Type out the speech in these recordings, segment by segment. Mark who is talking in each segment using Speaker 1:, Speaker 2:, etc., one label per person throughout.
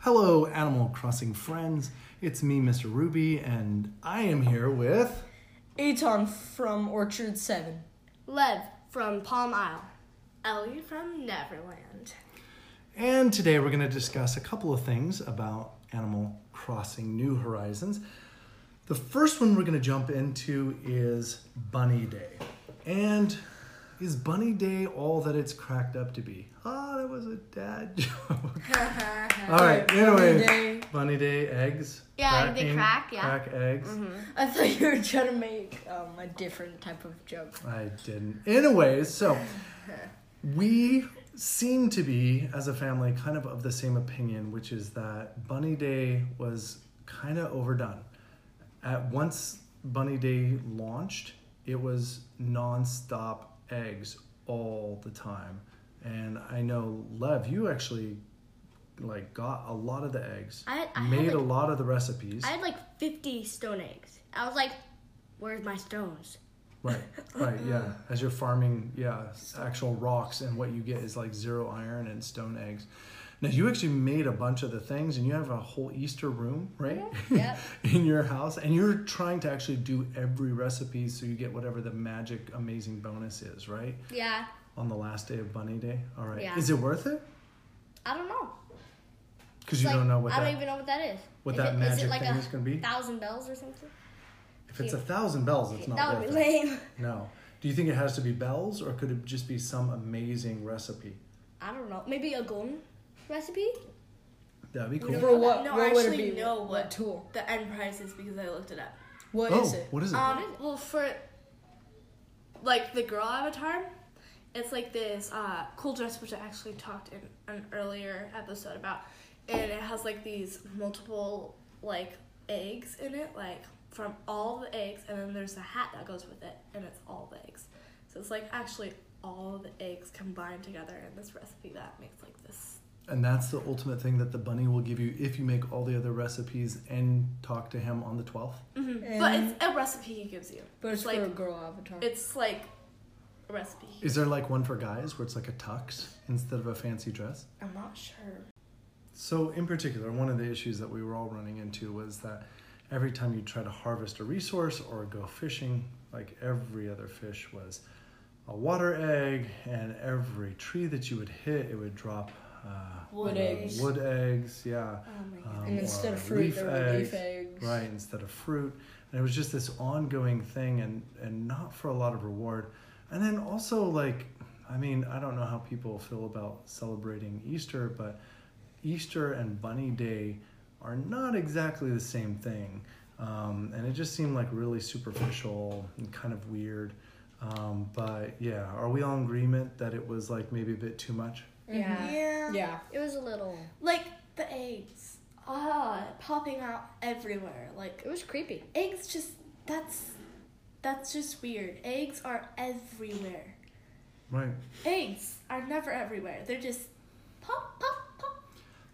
Speaker 1: Hello, Animal Crossing friends. It's me, Mr. Ruby, and I am here with.
Speaker 2: Aton from Orchard 7.
Speaker 3: Lev from Palm Isle. Ellie from Neverland.
Speaker 1: And today we're going to discuss a couple of things about Animal Crossing New Horizons. The first one we're going to jump into is Bunny Day. And is Bunny Day all that it's cracked up to be? Ah, that was a dad joke. all right, anyway.
Speaker 2: Day.
Speaker 1: Bunny Day eggs.
Speaker 3: Yeah, they crack, yeah.
Speaker 1: Crack eggs.
Speaker 2: I thought you were trying to make um, a different type of joke.
Speaker 1: I didn't. Anyways, so we seem to be, as a family, kind of of the same opinion, which is that Bunny Day was kind of overdone. At once Bunny Day launched, it was nonstop eggs all the time. And I know Lev, you actually like got a lot of the eggs,
Speaker 3: I- I had,
Speaker 1: made a
Speaker 3: like-
Speaker 1: lot of the recipes.
Speaker 3: I had like 50 stone eggs. I was like, where's my stones?
Speaker 1: Right, right,
Speaker 3: Uh-huh.
Speaker 1: yeah. As you're farming, yeah, s- actual rocks, and what you get is like zero iron and stone eggs. Now you actually made a bunch of the things, and you have a whole Easter room, right?
Speaker 2: Yeah.
Speaker 1: In your house, and you're trying to actually do every recipe so you get whatever the magic, amazing bonus is, right?
Speaker 3: Yeah,
Speaker 1: On the last day of Bunny Day. All right.
Speaker 3: Yeah.
Speaker 1: Is it worth it?
Speaker 3: I don't know.
Speaker 1: Because you don't know what
Speaker 3: I
Speaker 1: that
Speaker 3: don't even know what that is.
Speaker 1: what
Speaker 3: Is
Speaker 1: that
Speaker 3: it- is it
Speaker 1: magic
Speaker 3: like
Speaker 1: thing
Speaker 3: a
Speaker 1: is going to be.
Speaker 3: Thousand bells or something?
Speaker 1: if it's a thousand bells, it's not
Speaker 3: that
Speaker 1: worth
Speaker 3: would be
Speaker 1: it.
Speaker 3: lame.
Speaker 1: No. Do you think it has to be bells, or could it just be some amazing recipe?
Speaker 3: I don't know. Maybe a golden recipe?
Speaker 1: That'd be cool.
Speaker 2: For what?
Speaker 4: No,
Speaker 2: what
Speaker 4: I
Speaker 2: would
Speaker 4: actually
Speaker 2: it be?
Speaker 4: know
Speaker 2: what
Speaker 4: what-
Speaker 2: tool.
Speaker 4: The end price is because I looked it up.
Speaker 2: What is
Speaker 1: Oh,
Speaker 2: it?
Speaker 1: what is it?
Speaker 4: Um, well, for like the girl avatar, it's like this uh, cool dress, which I actually talked in an earlier episode about, and it has like these multiple like eggs in it, like from all the eggs, and then there's a hat that goes with it, and it's all the eggs. So it's like actually all the eggs combined together in this recipe that makes like this.
Speaker 1: And that's the ultimate thing that the bunny will give you if you make all the other recipes and talk to him on the 12th.
Speaker 4: But it's a recipe he gives you.
Speaker 2: but it's
Speaker 4: like
Speaker 2: for a girl avatar.
Speaker 4: it's like a recipe.
Speaker 1: Is there like one for guys where it's like a tux instead of a fancy dress?
Speaker 4: I'm not sure.
Speaker 1: So, in particular, one of the issues that we were all running into was that every time you try to harvest a resource or go fishing, like every other fish was a water egg, and every tree that you would hit, it would drop uh,
Speaker 2: Wood
Speaker 1: uh,
Speaker 2: eggs.
Speaker 1: Wood eggs, yeah.
Speaker 4: Oh my god.
Speaker 1: Um,
Speaker 2: and instead
Speaker 1: or
Speaker 2: of fruit,
Speaker 1: leaf
Speaker 2: there were
Speaker 1: eggs.
Speaker 2: leaf eggs.
Speaker 1: right instead of fruit and it was just this ongoing thing and and not for a lot of reward and then also like i mean i don't know how people feel about celebrating easter but easter and bunny day are not exactly the same thing um, and it just seemed like really superficial and kind of weird um, but yeah are we all in agreement that it was like maybe a bit too much
Speaker 4: Yeah.
Speaker 3: Yeah.
Speaker 2: Yeah.
Speaker 3: It was a little.
Speaker 4: Like the eggs. Ah, popping out everywhere. Like
Speaker 3: It was creepy.
Speaker 4: eggs just that's that's just weird. Eggs are everywhere.
Speaker 1: right
Speaker 4: Eggs are never everywhere. They're just pop pop pop.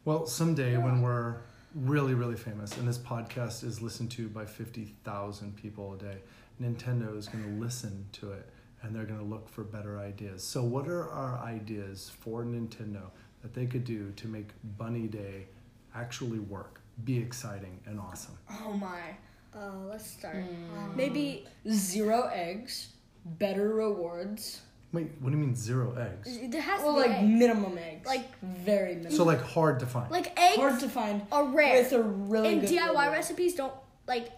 Speaker 1: Well, someday when we're really, really famous and this podcast is listened to by 50,000 people a day, Nintendo is going to listen to it and they're going to look for better ideas. So, what are our ideas for Nintendo that they could do to make Bunny Day actually work, be exciting and awesome?
Speaker 4: Oh my.
Speaker 3: Uh, let's start. Um,
Speaker 4: Maybe
Speaker 2: Zero eggs, better rewards.
Speaker 1: Wait, what do you mean zero eggs?
Speaker 3: There has
Speaker 2: Well,
Speaker 3: to be
Speaker 2: like
Speaker 3: eggs.
Speaker 2: minimum eggs.
Speaker 3: Like-
Speaker 2: very minimum.
Speaker 1: So, like, hard to find.
Speaker 3: Like eggs
Speaker 2: Hard to find.
Speaker 3: are rare.
Speaker 2: With a really
Speaker 3: and
Speaker 2: good
Speaker 3: DIY
Speaker 2: reward.
Speaker 3: recipes don't like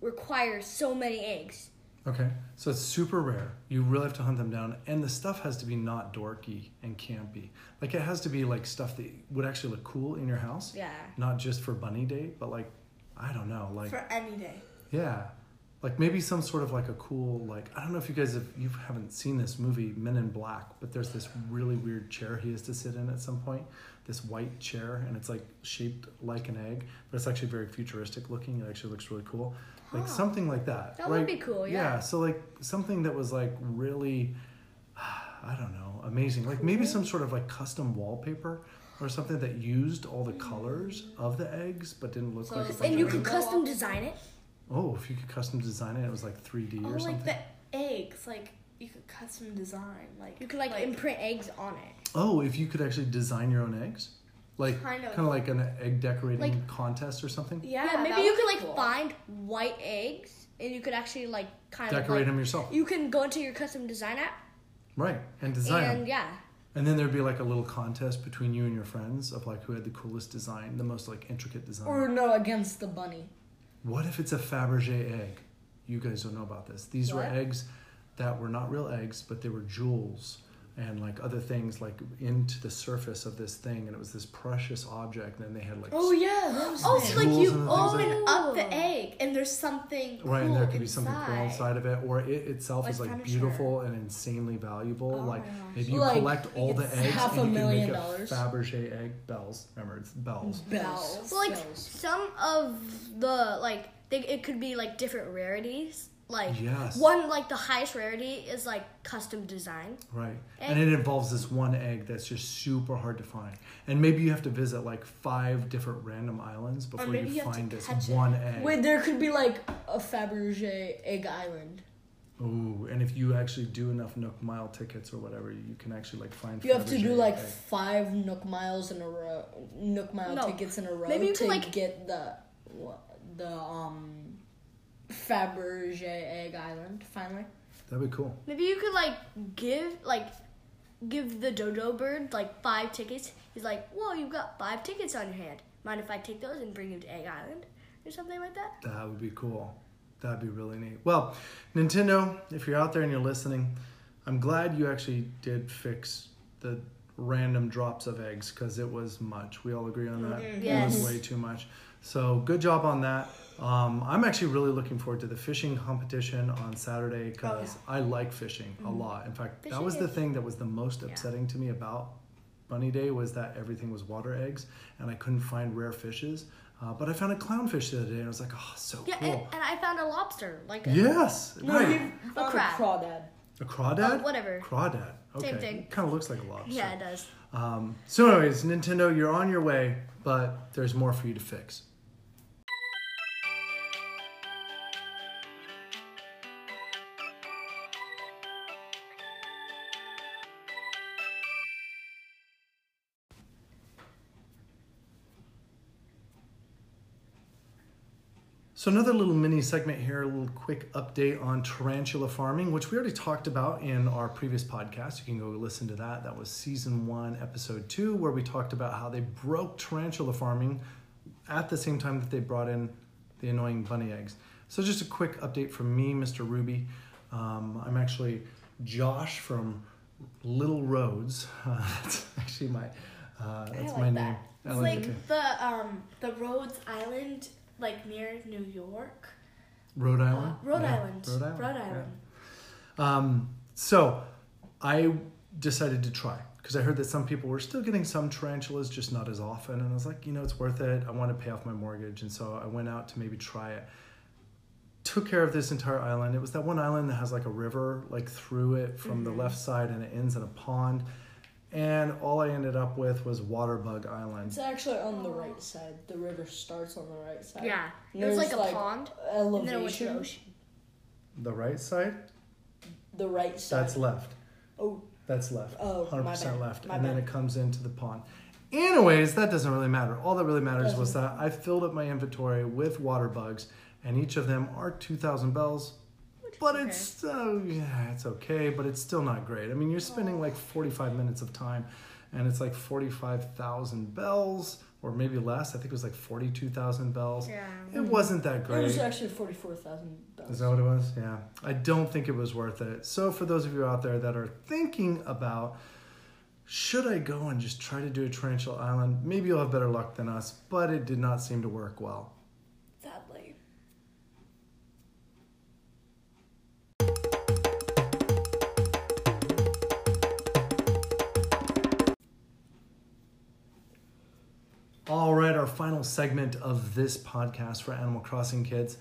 Speaker 3: require so many eggs.
Speaker 1: Okay, so it's super rare. You really have to hunt them down, and the stuff has to be not dorky and campy. Like it has to be like stuff that would actually look cool in your house.
Speaker 3: Yeah.
Speaker 1: Not just for bunny day, but like I don't know, like
Speaker 4: for any day.
Speaker 1: yeah, like maybe some sort of like a cool like I don't know if you guys have you haven't seen this movie Men in Black, but there's this really weird chair he has to sit in at some point. This white chair, and it's like shaped like an egg, but it's actually very futuristic looking. It actually looks really cool, like something like that.
Speaker 3: That would
Speaker 1: right?
Speaker 3: be cool,
Speaker 1: Yeah,
Speaker 3: yeah.
Speaker 1: so like something that was like really, I don't know, amazing. Like maybe some sort of like custom wallpaper. Or something that used all the colors of the eggs, but didn't look like. a bunch
Speaker 3: And you
Speaker 1: of
Speaker 3: can
Speaker 1: eggs.
Speaker 3: custom design it.
Speaker 1: Oh, if you could custom design it, it was like 3D
Speaker 4: Oh,
Speaker 1: or something.
Speaker 4: like the eggs. Like you could custom design. Like
Speaker 3: You could like, imprint eggs on it.
Speaker 1: Oh, if you could actually design your own eggs? Like
Speaker 3: Kind of.
Speaker 1: kind of like an egg decorating
Speaker 3: Like-
Speaker 1: contest or something.
Speaker 3: Yeah, maybe you could like find white eggs and you could actually like kind
Speaker 1: Decorate
Speaker 3: of like,
Speaker 1: them yourself,
Speaker 3: You can go into your custom design app
Speaker 1: right? And design
Speaker 3: and
Speaker 1: them.
Speaker 3: yeah,
Speaker 1: And then there'd be like a little contest between you and your friends of like who had the coolest design, the most like intricate design.
Speaker 2: Or no, against the bunny.
Speaker 1: What if it's a Fabergé egg? You guys don't know about this. These
Speaker 2: What?
Speaker 1: were eggs that were not real eggs, but they were jewels and like other things like into the surface of this thing, and it was this precious object. And then they had like
Speaker 2: Oh yeah, those
Speaker 3: Oh,
Speaker 2: things.
Speaker 3: so like you
Speaker 1: Jewels and things like
Speaker 3: open up
Speaker 4: Ooh.
Speaker 3: the egg and there's something
Speaker 1: right,
Speaker 3: cool
Speaker 1: and there could be
Speaker 3: inside.
Speaker 1: something cool inside of it, or it itself
Speaker 3: Like
Speaker 1: is like
Speaker 3: furniture.
Speaker 1: beautiful and insanely valuable.
Speaker 3: Oh
Speaker 1: like
Speaker 3: my gosh.
Speaker 1: if you
Speaker 2: Like,
Speaker 1: collect all the
Speaker 2: it's
Speaker 1: eggs,
Speaker 2: half
Speaker 1: and
Speaker 2: a
Speaker 1: you
Speaker 2: million
Speaker 1: can make
Speaker 2: dollars.
Speaker 1: a Fabergé egg bells. Remember, it's bells.
Speaker 2: Bells.
Speaker 3: So like
Speaker 2: Bells.
Speaker 3: some of the like they, it could be like different rarities. Like
Speaker 1: Yes.
Speaker 3: one like the highest rarity is like custom design.
Speaker 1: Right. And, it involves this one egg that's just super hard to find. And maybe you have to visit like five different random islands before
Speaker 3: maybe
Speaker 1: you,
Speaker 3: you have to
Speaker 1: find this
Speaker 3: catch it.
Speaker 1: one egg.
Speaker 2: Wait, there could be like a Fabergé egg island.
Speaker 1: Ooh, and if you actually do enough Nook Mile tickets or whatever, you can actually like find
Speaker 2: You have to
Speaker 1: Fabergé
Speaker 2: do like
Speaker 1: egg.
Speaker 2: five Nook miles in a row, Nook mile
Speaker 3: No.
Speaker 2: tickets in a row
Speaker 3: Maybe you
Speaker 2: to
Speaker 3: can, like-
Speaker 2: get the what, the um Fabergé egg island finally.
Speaker 1: That'd be cool.
Speaker 3: Maybe you could like give like give the dodo bird like five tickets. He's like, whoa, you've got five tickets on your hand. Mind if I take those and bring you to Egg Island or something like that?
Speaker 1: That would be cool. That'd be really neat. Well, Nintendo, if you're out there and you're listening, I'm glad you actually did fix the random drops of eggs because it was much. We all agree on that. It
Speaker 3: Yes.
Speaker 1: was way too much. So good job on that. Um, I'm actually really looking forward to the fishing competition on Saturday because I like fishing a lot. In fact, that
Speaker 3: Oh, Mm-hmm. Fishing
Speaker 1: was the
Speaker 3: is-
Speaker 1: thing that was the most upsetting to me about Bunny Day was that everything was water eggs and I couldn't find rare fishes. Uh, but I found a clownfish the other day and I was like, oh, so
Speaker 3: Yeah, eh, and,
Speaker 1: cool.
Speaker 3: and I found a lobster, like a,
Speaker 1: yes, right.
Speaker 2: Found a
Speaker 3: crab.
Speaker 2: crawdad.
Speaker 1: A crawdad?
Speaker 3: Oh, whatever.
Speaker 1: Crawdad. Okay.
Speaker 3: Same thing.
Speaker 1: Kind of looks like a lobster.
Speaker 3: yeah, it does.
Speaker 1: Um, so, anyways, Nintendo, you're on your way, but there's more for you to fix. So another little mini segment here, a little quick update on tarantula farming, which we already talked about in our previous podcast. You can go listen to that. That was season one, episode two, where we talked about how they broke tarantula farming at the same time that they brought in the annoying bunny eggs. So just a quick update from me, Mr. Ruby. Um, I'm actually Josh from Little Roads. Uh, that's actually my uh, that's
Speaker 4: like
Speaker 1: my
Speaker 4: that.
Speaker 1: name. I
Speaker 4: It's
Speaker 1: like it
Speaker 4: like
Speaker 1: too.
Speaker 4: the um the Rhodes Island, like near New York.
Speaker 1: Rhode Island.
Speaker 4: Uh, Rhode,
Speaker 1: Yeah,
Speaker 4: Island.
Speaker 1: Rhode Island.
Speaker 4: Rhode
Speaker 1: yeah.
Speaker 4: Island.
Speaker 1: Um, so I decided to try because I heard that some people were still getting some tarantulas, just not as often. And I was like, you know, it's worth it. I want to pay off my mortgage. And so I went out to maybe try it. Took care of this entire island. It was that one island that has like a river like through it from the left side and it ends in a pond. And all I ended up with was Water Bug Island.
Speaker 2: It's actually on the right side. The river starts on the right side.
Speaker 3: Yeah,
Speaker 2: And
Speaker 3: it was
Speaker 2: there's,
Speaker 3: like a pond, and then it went to the
Speaker 2: Elevation.
Speaker 3: ocean.
Speaker 1: The right side?
Speaker 2: The right side.
Speaker 1: That's left.
Speaker 2: oh,
Speaker 1: That's left.
Speaker 2: Oh, my
Speaker 1: 100%
Speaker 2: bad.
Speaker 1: left.
Speaker 2: My
Speaker 1: and then
Speaker 2: bad.
Speaker 1: it comes into the pond. Anyways, that doesn't really matter. All that really matters was that I filled up my inventory with water bugs, and each of them are 2,000 bells. But
Speaker 3: okay.
Speaker 1: it's uh, yeah, it's okay, but it's still not great. I mean, you're spending like
Speaker 2: Oh.
Speaker 1: 45 minutes of time, and it's like 45,000 bells, or maybe less. I think it was like 42,000 bells.
Speaker 3: Yeah.
Speaker 1: It wasn't that
Speaker 2: it
Speaker 1: great.
Speaker 2: was actually forty-four thousand bells.
Speaker 1: Is that what it was? Yeah. I don't think it was worth it. So, for those of you out there that are thinking about should I go and just try to do a tarantula island, maybe you'll have better luck than us, but it did not seem to work well.
Speaker 4: Sadly.
Speaker 1: All right, our final segment of this podcast for Animal Crossing kids.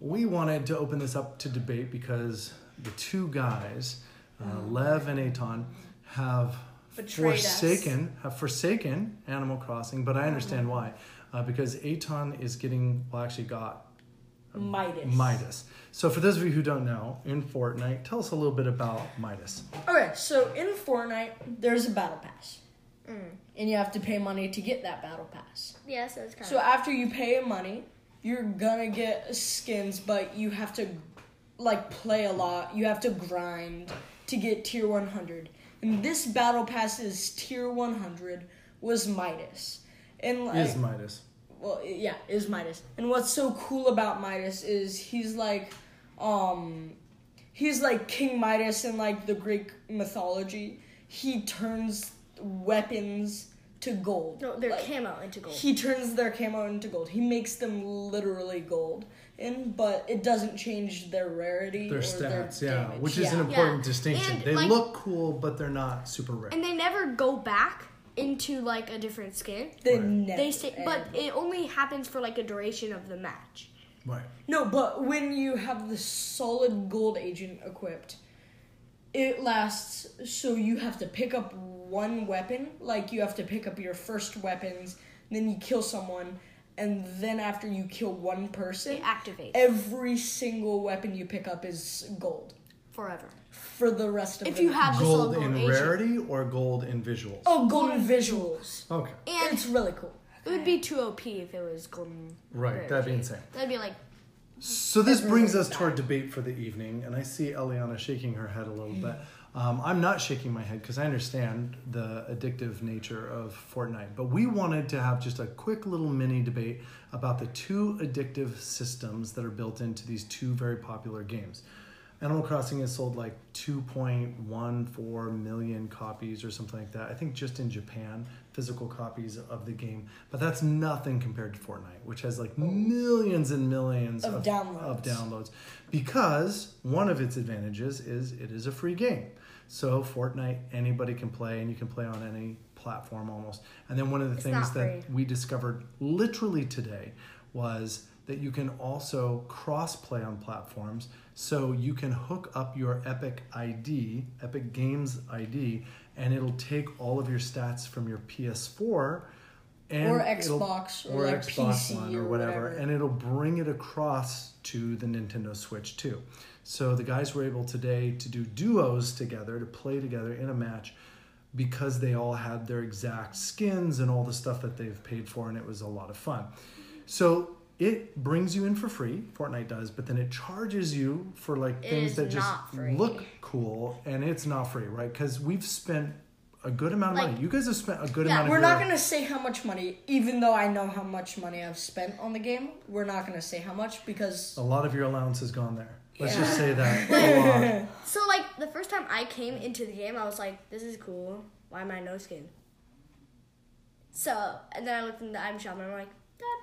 Speaker 1: We wanted to open this up to debate because the two guys, uh, Lev and Aton, have
Speaker 4: Betrayed us.
Speaker 1: forsaken have forsaken Animal Crossing, but I understand why, uh, because Aton is getting well, actually got
Speaker 2: Midas.
Speaker 1: Midas. So for those of you who don't know, in Fortnite, tell us a little bit about Midas.
Speaker 2: Okay, so in Fortnite, there's a battle pass. and you have to pay money to get that battle pass.
Speaker 3: Yeah, so it's kind
Speaker 2: So
Speaker 3: of.
Speaker 2: after you pay money, you're gonna get skins, but you have to like play a lot. You have to grind to get tier 100. And this battle pass's tier 100 was Midas. And like
Speaker 1: Is Midas.
Speaker 2: well yeah, is Midas. And what's so cool about Midas is he's like um he's like King Midas in like the Greek mythology. He turns weapons to gold.
Speaker 3: no, they're
Speaker 2: Like,
Speaker 3: camo into gold.
Speaker 2: he turns their camo into gold. He makes them literally gold, and but it doesn't change their rarity
Speaker 1: Their
Speaker 2: or
Speaker 1: stats,
Speaker 2: thetheir
Speaker 1: yeah,
Speaker 2: damage.
Speaker 1: which is an
Speaker 2: Yeah.
Speaker 1: important
Speaker 3: Yeah.
Speaker 1: distinction.
Speaker 3: And,
Speaker 1: they
Speaker 3: like-
Speaker 1: look cool, but they're not super rare.
Speaker 3: and they never go back into like a different skin.
Speaker 2: they
Speaker 1: Right.
Speaker 2: never
Speaker 3: They say, but
Speaker 2: end.
Speaker 3: it only happens for like a duration of the match.
Speaker 1: right.
Speaker 2: no, but when you have the solid gold agent equipped, it lasts. So you have to pick up one weapon, like you have to pick up your first weapons, then you kill someone, and then after you kill one
Speaker 3: It
Speaker 2: person,
Speaker 3: activates
Speaker 2: every single weapon you pick up is gold
Speaker 3: forever.
Speaker 2: for the rest of.
Speaker 3: If
Speaker 2: the
Speaker 3: you
Speaker 2: match.
Speaker 3: have the
Speaker 1: Gold
Speaker 3: Soul
Speaker 1: in
Speaker 3: Gold agent.
Speaker 1: rarity or gold in visuals?
Speaker 2: Oh, golden visuals.
Speaker 1: Okay.
Speaker 3: and
Speaker 2: it's really cool.
Speaker 3: it would be too OP if it was golden.
Speaker 1: Right, that'd be insane.
Speaker 3: That'd be like
Speaker 1: So this brings us to our debate for the evening, and I see Eliana shaking her head a little bit. Um, I'm not shaking my head because I understand the addictive nature of Fortnite, but we wanted to have just a quick little mini debate about the two addictive systems that are built into these two very popular games. Animal Crossing has sold like 2.14 million copies or something like that. I think just in Japan, physical copies of the game. But that's nothing compared to Fortnite, which has like millions and millions
Speaker 2: Of downloads.
Speaker 1: of downloads. Because one of its advantages is it is a free game. So Fortnite, anybody can play, and you can play on any platform almost. And then one of the things
Speaker 3: not
Speaker 1: that
Speaker 3: free.
Speaker 1: we discovered literally today was that you can also cross play on platforms. So you can hook up your Epic ID, Epic Games ID, and it'll take all of your stats from your PS4 and
Speaker 2: Or
Speaker 1: it'll-
Speaker 2: Xbox or like PC or whatever.
Speaker 1: and it'll bring it across to the Nintendo Switch too. So the guys were able today to do duos together to play together in a match because they all had their exact skins and all the stuff that they've paid for, and it was a lot of fun. So it brings you in for free, Fortnite does, but then it charges you for like
Speaker 3: It
Speaker 1: things
Speaker 3: is
Speaker 1: that just
Speaker 3: not free.
Speaker 1: look cool, and it's not free, right? Because we've spent a good amount of
Speaker 3: Like-
Speaker 1: money. You guys have spent a good
Speaker 3: Yeah,
Speaker 1: amount of
Speaker 2: We're not
Speaker 1: your-
Speaker 2: gonna say how much money, even though I know how much money I've spent on the game. We're not gonna say how much because
Speaker 1: A lot of your allowance has gone there. Let's just say that. A lot.
Speaker 3: so. Like the first time I came into the game, I was like, "This is cool. Why am I no skin?" So and then I looked in the item shop and I'm like, "That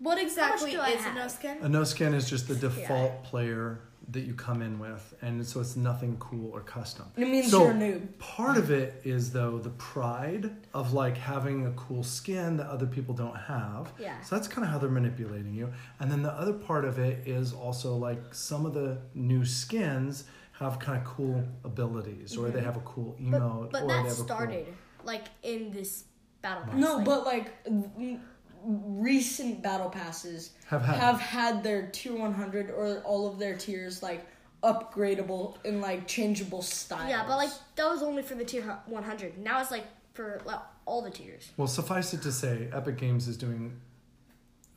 Speaker 4: What exactly
Speaker 3: do I
Speaker 4: is a
Speaker 3: have?
Speaker 4: no skin?
Speaker 1: A no skin is just the default player that you come in with, and so it's nothing cool or custom.
Speaker 2: it means
Speaker 1: So
Speaker 2: you're a noob.
Speaker 1: part of it is though the pride of like having a cool skin that other people don't have.
Speaker 3: Yeah.
Speaker 1: So that's kind of how they're manipulating you. And then the other part of it is also like some of the new skins have kind of cool abilities, or they have a cool emote,
Speaker 3: Mm-hmm. but, but
Speaker 1: or they
Speaker 3: that
Speaker 1: have a
Speaker 3: started like in this battle pass.
Speaker 2: No,
Speaker 3: like,
Speaker 2: but like m- recent battle passes
Speaker 1: Have had.
Speaker 2: had their tier 100 or all of their tiers like upgradable and like changeable styles.
Speaker 3: yeah, but like that was only for the tier hu- 100. Now it's like for like, all the tiers.
Speaker 1: Well, suffice it to say, Epic Games is doing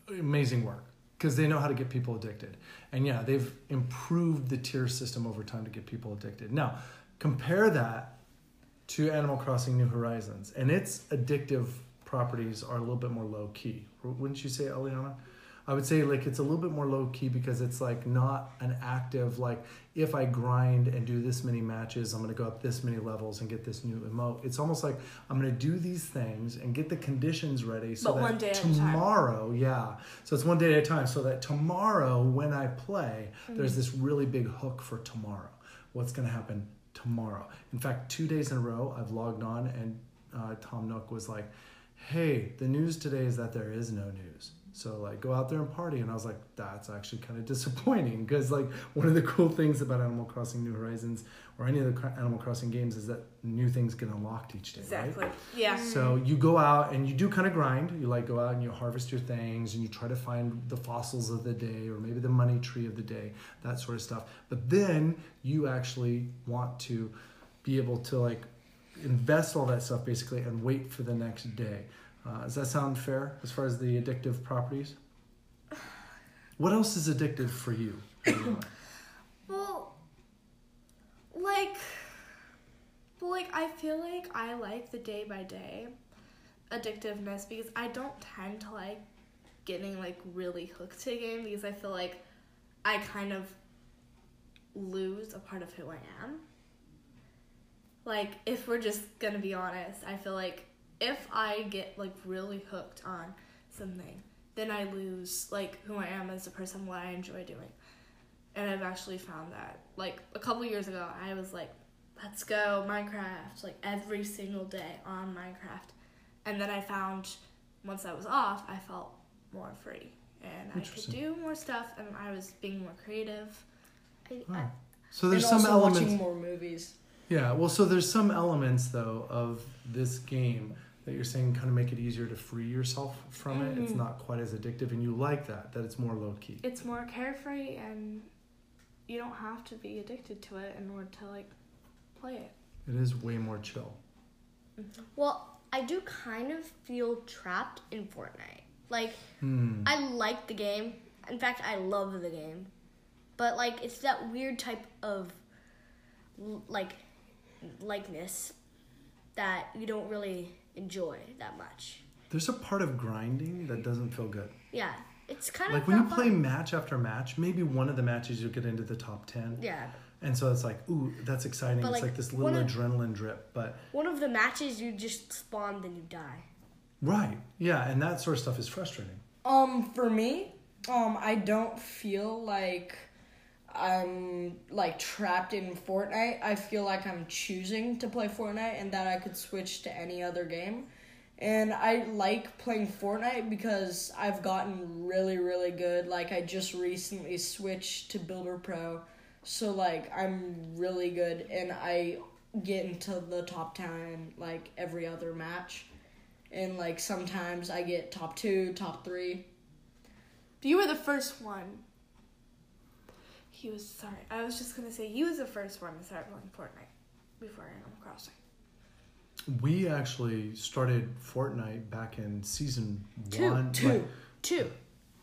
Speaker 1: amazing work because they know how to get people addicted. And yeah, they've improved the tier system over time to get people addicted. Now, compare that to Animal Crossing New Horizons, and its addictive properties are a little bit more low key. Wouldn't you say, Eliana? I would say like it's a little bit more low key because it's like not an active like if I grind and do this many matches, I'm gonna go up this many levels and get this new emote. It's almost like I'm gonna do these things and get the conditions ready so
Speaker 4: But
Speaker 1: that
Speaker 4: one day at a time.
Speaker 1: tomorrow, yeah. So it's one day at a time. So that tomorrow when I play,
Speaker 4: Mm-hmm.
Speaker 1: there's this really big hook for tomorrow. What's gonna happen tomorrow? In fact, two days in a row, I've logged on and uh, Tom Nook was like, hey, the news today is that there is no news. So like go out there and party. And I was like, that's actually kind of disappointing because like one of the cool things about Animal Crossing New Horizons or any of the cro- Animal Crossing games is that new things get unlocked each day. Right?
Speaker 4: Exactly. Yeah.
Speaker 1: So you go out and you do kind of grind. You like go out and you harvest your things and you try to find the fossils of the day or maybe the money tree of the day, that sort of stuff. But then you actually want to be able to like invest all that stuff basically and wait for the next day. Uh, does that sound fair as far as the addictive properties? What else is addictive for you? Oh. Leila?
Speaker 4: Well, like, well, like I feel like I like the day by day addictiveness because I don't tend to like getting like really hooked to a game because I feel like I kind of lose a part of who I am. Like, if we're just gonna be honest, I feel like if I get like really hooked on something, then I lose like who I am as a person, what I enjoy doing and I've actually found that like a couple years ago I was like let's go Minecraft like every single day on Minecraft and then I found once I was off I felt more free and I could
Speaker 1: Interesting.
Speaker 4: do more stuff and I was being more creative
Speaker 3: I,
Speaker 1: Oh.
Speaker 3: I,
Speaker 1: So there's
Speaker 2: and
Speaker 1: some
Speaker 2: also
Speaker 1: elements.
Speaker 2: watching more movies.
Speaker 1: Yeah, well, so there's some elements though of this game that you're saying kind of make it easier to free yourself from it. It's
Speaker 3: Mm-hmm.
Speaker 4: Mhm.
Speaker 1: not quite as addictive, and you like that that it's more low key.
Speaker 4: it's more carefree and you don't have to be addicted to it in order to like play it
Speaker 1: It is way more chill.
Speaker 3: well, I do kind of feel trapped in Fortnite. Like
Speaker 1: Hmm.
Speaker 3: I like the game. In fact, I love the game. But like it's that weird type of l- like likeness that you don't really enjoy that much.
Speaker 1: There's a part of grinding that doesn't feel good.
Speaker 3: Yeah. It's kind
Speaker 1: Like
Speaker 3: of
Speaker 1: when you
Speaker 3: not
Speaker 1: play
Speaker 3: fun.
Speaker 1: match after match, maybe one of the matches you'll get into the top ten.
Speaker 3: Yeah.
Speaker 1: And so it's like, ooh, that's exciting.
Speaker 3: But,
Speaker 1: it's
Speaker 3: like,
Speaker 1: like this
Speaker 3: one
Speaker 1: little
Speaker 3: of-
Speaker 1: adrenaline drip. But
Speaker 3: One of the matches you just spawned and you die.
Speaker 1: right, yeah, and that sort of stuff is frustrating.
Speaker 2: Um, for me, um, I don't feel like I'm like trapped in Fortnite. I feel like I'm choosing to play Fortnite and that I could switch to any other game. And I like playing Fortnite because I've gotten really, really good. Like I just recently switched to Builder Pro. So like I'm really good and I get into the top 10 like every other match and like sometimes I get top two, top three.
Speaker 4: you were the first one he was sorry I was just gonna say you was the first one to start playing Fortnite before Animal Crossing
Speaker 1: We actually started Fortnite back in season
Speaker 3: Two,
Speaker 1: one.
Speaker 2: two.
Speaker 1: like-
Speaker 3: Two.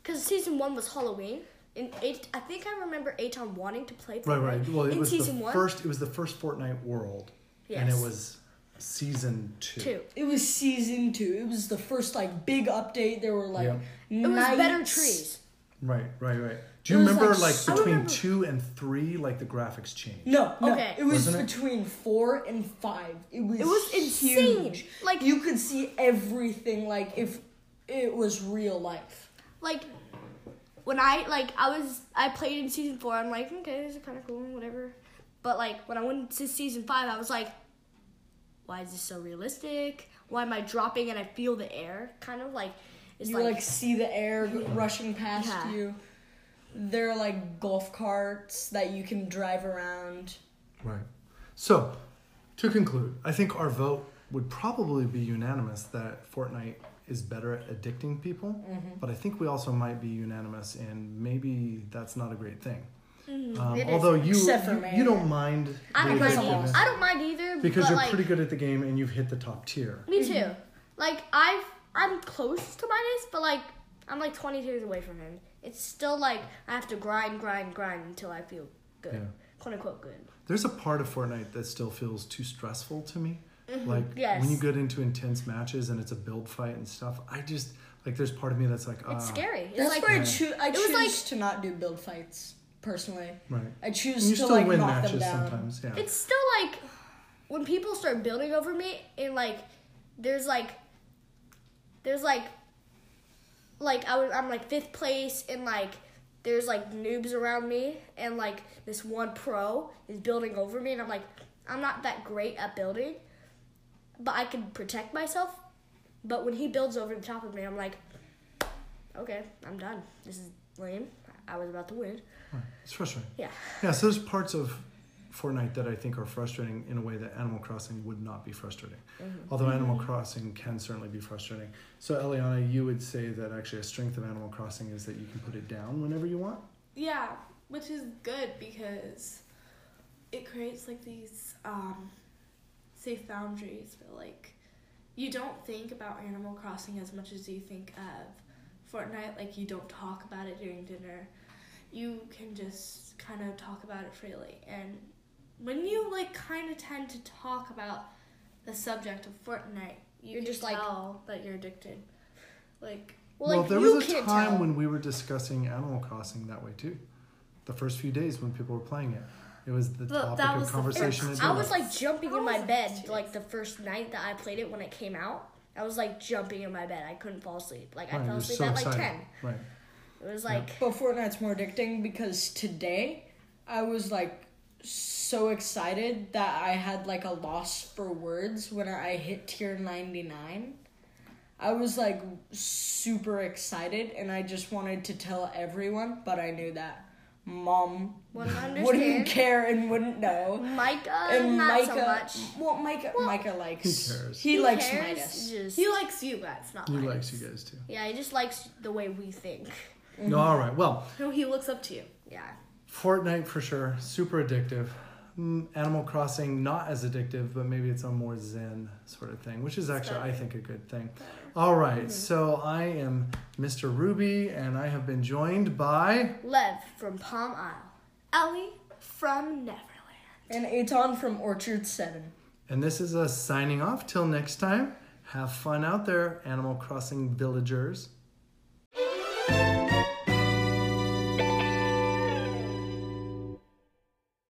Speaker 3: Because season one was Halloween. And eight, I think I remember Aton wanting to play
Speaker 1: Right,
Speaker 3: Fortnite
Speaker 1: right. Well, it
Speaker 3: in
Speaker 1: was the
Speaker 3: season one.
Speaker 1: first. It was the first Fortnite World, and it
Speaker 3: Yes.
Speaker 1: was season two.
Speaker 3: two.
Speaker 2: It was season two. It was the first like big update. There were like
Speaker 1: Yeah.
Speaker 3: It was better
Speaker 2: knights.
Speaker 3: trees.
Speaker 1: Right, right, right. Do you
Speaker 2: It was,
Speaker 1: remember,
Speaker 2: like,
Speaker 1: like,
Speaker 2: so-
Speaker 3: I
Speaker 1: between
Speaker 3: remember-
Speaker 1: two and three, like the graphics changed?
Speaker 2: No, no.
Speaker 3: Okay.
Speaker 2: It was
Speaker 1: Wasn't it?
Speaker 2: between four and five. It was
Speaker 3: It was
Speaker 2: huge.
Speaker 3: insane. Like-
Speaker 2: you could see everything like if it was real life.
Speaker 3: like when I like I was I played in season four. I'm like, okay, this is kind of cool, whatever. But like when I went to season five, I was like, why is this so realistic? Why am I dropping and I feel the air? Kind of like it's
Speaker 2: you like,
Speaker 3: like,
Speaker 2: see the air g- rushing past
Speaker 3: Yeah.
Speaker 2: you. There are like golf carts that you can drive around.
Speaker 1: Right. So, to conclude, I think our vote would probably be unanimous that Fortnite is better at addicting people,
Speaker 3: Mm-hmm.
Speaker 1: but I think we also might be unanimous in maybe that's not a great thing. Um,
Speaker 3: Mm, it is.
Speaker 1: although you,
Speaker 2: Except for
Speaker 1: you
Speaker 2: Mayor.
Speaker 1: you don't mind
Speaker 3: I don't
Speaker 1: the
Speaker 3: mind.
Speaker 1: addictiveness
Speaker 3: Either. I don't mind either.
Speaker 1: because
Speaker 3: but,
Speaker 1: you're
Speaker 3: like,
Speaker 1: pretty good at the game and you've hit the top tier.
Speaker 3: Me too. Like I've I'm close to minus, but like I'm like 20 tiers away from him. It's still like I have to grind, grind, grind until I feel good,
Speaker 1: Yeah.
Speaker 3: quote unquote good.
Speaker 1: There's a part of Fortnite that still feels too stressful to me. Like
Speaker 3: Yes.
Speaker 1: when you get into intense matches and it's a build fight and stuff, I just like there's part of me that's like, ah,
Speaker 3: It's scary. It's
Speaker 2: That's
Speaker 3: like
Speaker 2: where I, choo- I
Speaker 3: It
Speaker 2: choose
Speaker 3: was like-
Speaker 2: to not do build fights personally.
Speaker 1: right.
Speaker 2: I
Speaker 1: And
Speaker 2: choose
Speaker 1: you
Speaker 2: to
Speaker 1: still
Speaker 2: like
Speaker 1: win
Speaker 2: knock them
Speaker 1: matches
Speaker 2: down.
Speaker 1: sometimes, yeah.
Speaker 3: It's still like when people start building over me and like there's like there's like like I was, I'm like fifth place and like there's like noobs around me and like this one pro is building over me and I'm like I'm not that great at building but I can protect myself but when he builds over the top of me I'm like okay I'm done this is lame I was about to win
Speaker 1: Right. It's frustrating.
Speaker 3: yeah
Speaker 1: Yeah, so there's parts of Fortnite that I think are frustrating in a way that Animal Crossing would not be frustrating. Although Animal Crossing can certainly be frustrating. So Eliana, you would say that actually a strength of Animal Crossing is that you can put it down whenever you want.
Speaker 4: Yeah, which is good because it creates like these um, safe boundaries, but like you don't think about Animal Crossing as much as you think of Fortnite. Like you don't talk about it during dinner. You can just kind of talk about it freely. And when you like kind of tend to talk about the subject of Fortnite, you
Speaker 3: You're
Speaker 4: can
Speaker 3: just, like-
Speaker 4: tell that you're addicted. Like
Speaker 3: Well,
Speaker 1: well,
Speaker 3: like,
Speaker 1: there
Speaker 3: you
Speaker 1: was a
Speaker 3: can't
Speaker 1: time
Speaker 3: tell.
Speaker 1: when we were discussing Animal Crossing that way too. The first few days when people were playing it, it was the
Speaker 4: Well,
Speaker 1: topic
Speaker 4: that
Speaker 1: of
Speaker 4: was the
Speaker 1: conversation.
Speaker 4: first-
Speaker 1: at
Speaker 3: I
Speaker 1: dinner.
Speaker 3: was like jumping
Speaker 4: I
Speaker 3: in my
Speaker 4: was
Speaker 3: bed
Speaker 4: upstairs.
Speaker 3: like the first night that I played it when it came out. I was like jumping in my bed. I couldn't fall asleep. Like
Speaker 1: Right,
Speaker 3: I
Speaker 1: you're
Speaker 3: fell asleep
Speaker 1: so
Speaker 3: at like
Speaker 1: excited.
Speaker 3: ten.
Speaker 1: Right.
Speaker 3: It was like
Speaker 2: But Fortnite's more addicting because today I was like so excited that I had like a loss for words when I hit tier 99. I was like super excited and I just wanted to tell everyone, but I knew that mom
Speaker 3: wouldn't
Speaker 2: wouldn't
Speaker 3: understand.
Speaker 2: care and wouldn't know.
Speaker 3: Micah,
Speaker 2: and
Speaker 3: not
Speaker 2: Micah,
Speaker 3: so much.
Speaker 2: well, Micah, Micah likes.
Speaker 1: Who cares?
Speaker 2: He,
Speaker 3: He
Speaker 2: likes
Speaker 3: cares,
Speaker 2: Midas.
Speaker 3: just-
Speaker 4: he likes you guys, not
Speaker 1: He
Speaker 4: mine.
Speaker 1: likes you guys too.
Speaker 3: yeah, he just likes the way we think. Mm-hmm.
Speaker 1: All right. Well,
Speaker 4: No, he looks up to you.
Speaker 3: Yeah.
Speaker 1: Fortnite for sure, super addictive. Mm, Animal Crossing not as addictive, but maybe it's a more zen sort of thing, which is actually I think a good thing. All right,
Speaker 3: Mm-hmm.
Speaker 1: so I am Mr. Ruby, and I have been joined by
Speaker 3: Lev from Palm Isle.
Speaker 4: Ellie from Neverland.
Speaker 2: And Aton from Orchard 7.
Speaker 1: And this is us signing off. Till next time, have fun out there, Animal Crossing villagers.